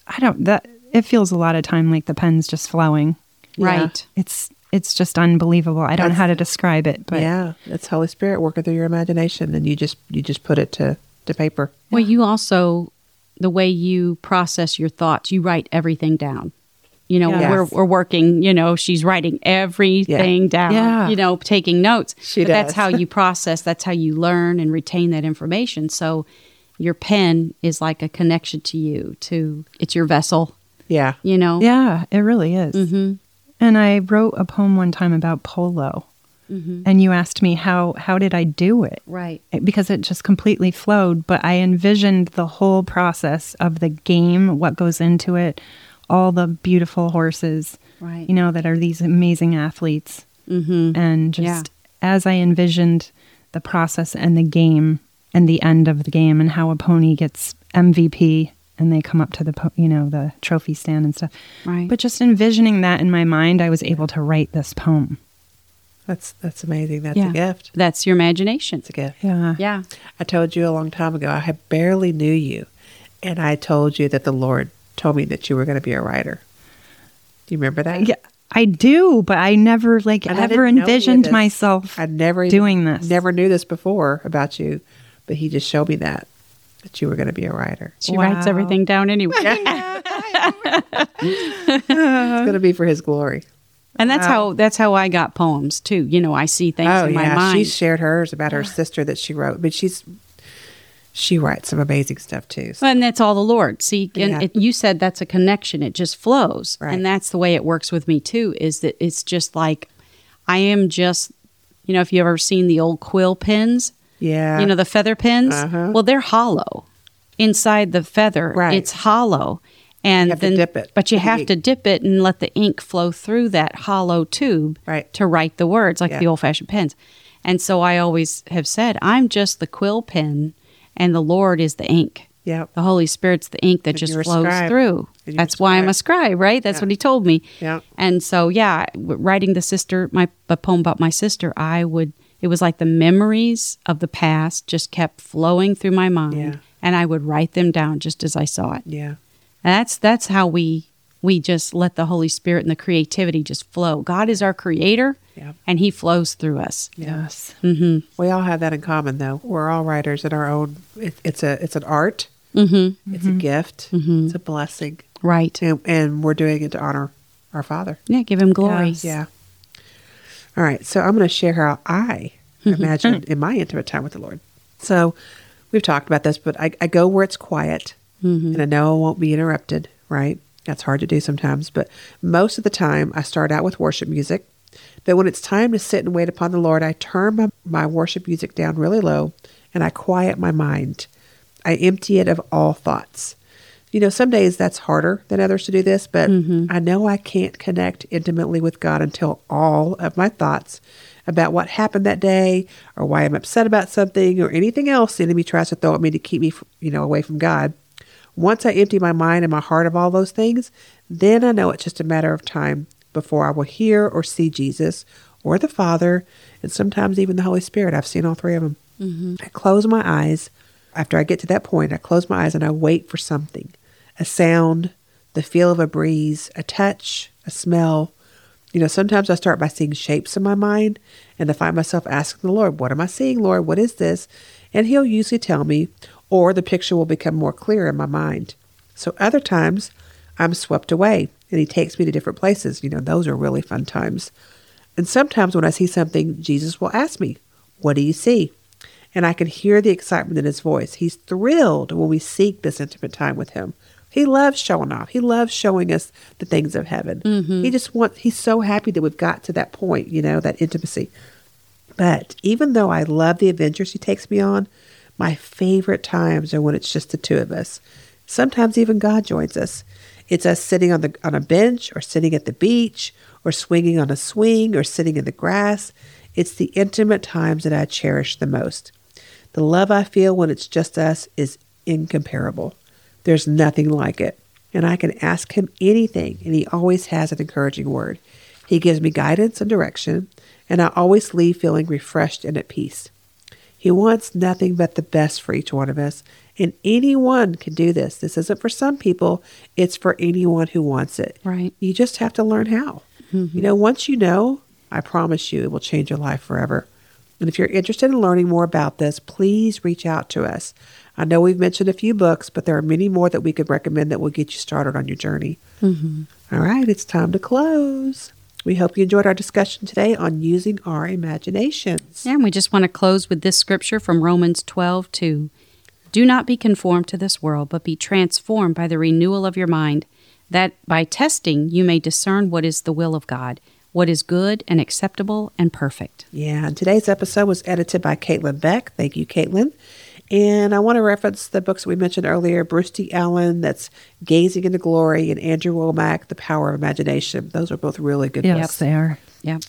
C: I don't that it feels a lot of time like the pen's just flowing.
D: Right.
C: It's it's just unbelievable. I don't know
B: That's-
C: how to describe it, but
B: yeah, it's Holy Spirit working through your imagination, and you just you just put it to to paper.
D: Well, you also the way you process your thoughts, you write everything down. You know,
B: Yes.
D: we're we're working. You know, she's writing everything down.
C: Yeah.
D: You know, taking notes.
B: She
D: but That's
B: does.
D: how you process. That's how you learn and retain that information. So, your pen is like a connection to you. To it's your vessel.
B: Yeah,
D: You know.
C: Yeah, it really is. Mm-hmm. And I wrote a poem one time about polo, and you asked me how how did I do it
D: Right.
C: because it just completely flowed. But I envisioned the whole process of the game, what goes into it, all the beautiful horses,
D: Right.
C: you know, that are these amazing athletes,
D: Mm-hmm.
C: and just
D: Yeah.
C: as I envisioned the process and the game and the end of the game and how a pony gets MVP and they come up to the po- you know the trophy stand and stuff.
D: Right.
C: But just envisioning that in my mind, I was able to write this poem.
B: that's that's amazing. That's
D: Yeah.
B: a gift.
D: That's your imagination.
B: It's a gift.
C: Yeah.
D: Yeah.
B: I told you a long time ago. I had barely knew you, and I told you that the Lord told me that you were going to be a writer. Do you remember that?
C: Yeah. I do, but I never like
B: And I
C: ever
B: didn't know any of
C: envisioned
B: this.
C: myself.
B: I never
C: doing this.
B: Never knew this before about you, but he just showed me that that you were going to be a writer.
D: She
C: Wow.
D: writes everything down anyway.
B: It's going to be for his glory.
D: And that's how that's how I got poems too. You know, I see things
B: Oh
D: in my
B: yeah,
D: mind.
B: she shared hers about her sister that she wrote, but she's she writes some amazing stuff too. So,
D: Well, and that's all the Lord. See, and
B: Yeah.
D: it, you said that's a connection. It just flows,
B: Right.
D: and that's the way it works with me too. Is that it's just like I am just, you know, if you ever seen the old quill pens,
B: yeah,
D: you know, the feather pens.
B: Uh-huh.
D: Well, they're hollow inside the feather.
B: Right.
D: It's hollow, and
B: have to
D: then
B: dip it
D: But you
B: with the
D: have
B: ink.
D: to dip it and let the ink flow through that hollow tube
B: Right.
D: to write the words like
B: Yeah.
D: the old-fashioned pens. And so I always have said, I'm just the quill pen, and the Lord is the ink.
B: yeah,
D: The Holy Spirit's the ink that
B: And
D: just
B: you're a
D: flows
B: scribe.
D: through.
B: And you're
D: That's
B: a
D: why I'm a
B: scribe.
D: scribe, right? That's
B: Yeah.
D: what he told me.
B: Yeah.
D: And so, yeah, w- writing the sister, my a poem about my sister, I would. It was like the memories of the past just kept flowing through my mind,
B: Yeah.
D: and I would write them down just as I saw it.
B: yeah,
D: And that's that's how we we just let the Holy Spirit and the creativity just flow. God is our creator,
B: Yeah.
D: and He flows through us.
C: Yes.
B: We all have that in common, though. We're all writers in our own. It, it's a it's an art. Mm-hmm. It's a gift. It's a blessing,
D: Right?
B: and, and we're doing it to honor our Father.
D: Yeah, give Him glory.
B: Yeah. All right. So I'm going to share how I imagine in my intimate time with the Lord. So we've talked about this, but I, I go where it's quiet and I know I won't be interrupted, right? That's hard to do sometimes. But most of the time, I start out with worship music. But when it's time to sit and wait upon the Lord, I turn my, my worship music down really low and I quiet my mind. I empty it of all thoughts. You know, some days that's harder than others to do this, but I know I can't connect intimately with God until all of my thoughts about what happened that day or why I'm upset about something or anything else the enemy tries to throw at me to keep me, you know, away from God. Once I empty my mind and my heart of all those things, then I know it's just a matter of time before I will hear or see Jesus or the Father and sometimes even the Holy Spirit. I've seen all three of them. I close my eyes. After I get to that point, I close my eyes and I wait for something a sound, the feel of a breeze, a touch, a smell. You know, sometimes I start by seeing shapes in my mind and I find myself asking the Lord, What am I seeing, Lord? What is this? And He'll usually tell me, or the picture will become more clear in my mind. So other times I'm swept away and He takes me to different places. You know, those are really fun times. And sometimes when I see something, Jesus will ask me, What do you see? And I can hear the excitement in his voice. He's thrilled when we seek this intimate time with him. He loves showing off. He loves showing us the things of heaven. He just wants, he's so happy that we've got to that point, you know, that intimacy. But even though I love the adventures he takes me on, my favorite times are when it's just the two of us. Sometimes even God joins us. It's us sitting on the on a bench or sitting at the beach or swinging on a swing or sitting in the grass. It's the intimate times that I cherish the most. The love I feel when it's just us is incomparable. There's nothing like it. And I can ask him anything, and he always has an encouraging word. He gives me guidance and direction, and I always leave feeling refreshed and at peace. He wants nothing but the best for each one of us, and anyone can do this. This isn't for some people, it's for anyone who wants it.
D: Right.
B: You just have to learn how. You know, once you know, I promise you it will change your life forever. And if you're interested in learning more about this, please reach out to us. I know we've mentioned a few books, but there are many more that we could recommend that will get you started on your journey. All right, it's time to close. We hope you enjoyed our discussion today on using our imaginations.
D: And we just want to close with this scripture from Romans 12 2. Do not be conformed to this world, but be transformed by the renewal of your mind, that by testing you may discern what is the will of God, what is good and acceptable and perfect.
B: Yeah, and today's episode was edited by Caitlin Beck. Thank you, Caitlin. And I want to reference the books we mentioned earlier Bruce D. Allen, that's Gazing into Glory, and Andrew Womack, The Power of Imagination. Those are both really good books.
C: Yes, they are.
D: Yep.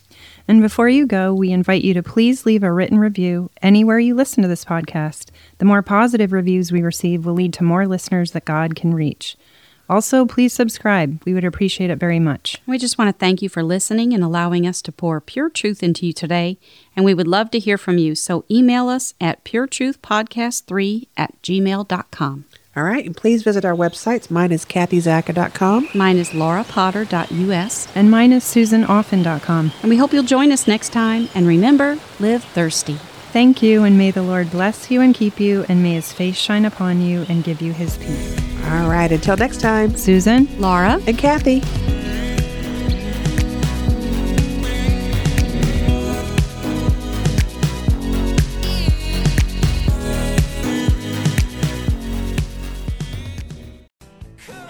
C: And before you go, we invite you to please leave a written review anywhere you listen to this podcast. The more positive reviews we receive will lead to more listeners that God can reach. Also, please subscribe. We would appreciate it very much.
D: We just want to thank you for listening and allowing us to pour pure truth into you today. And we would love to hear from you. So email us at puretruthpodcast3 at gmail.com.
B: All right, and please visit our websites. Mine is kathyzaka.com.
D: Mine is laurapotter.us.
C: And mine is susanoffen.com.
D: And we hope you'll join us next time. And remember, live thirsty.
C: Thank you, and may the Lord bless you and keep you, and may his face shine upon you and give you his peace.
B: All right, until next time,
C: Susan?
D: Laura?
B: and Kathy.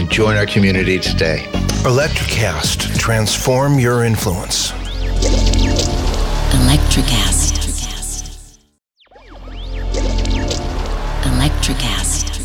E: and join our community today.
F: Electrocast, transform your influence.
G: Electric acid. Electric acid.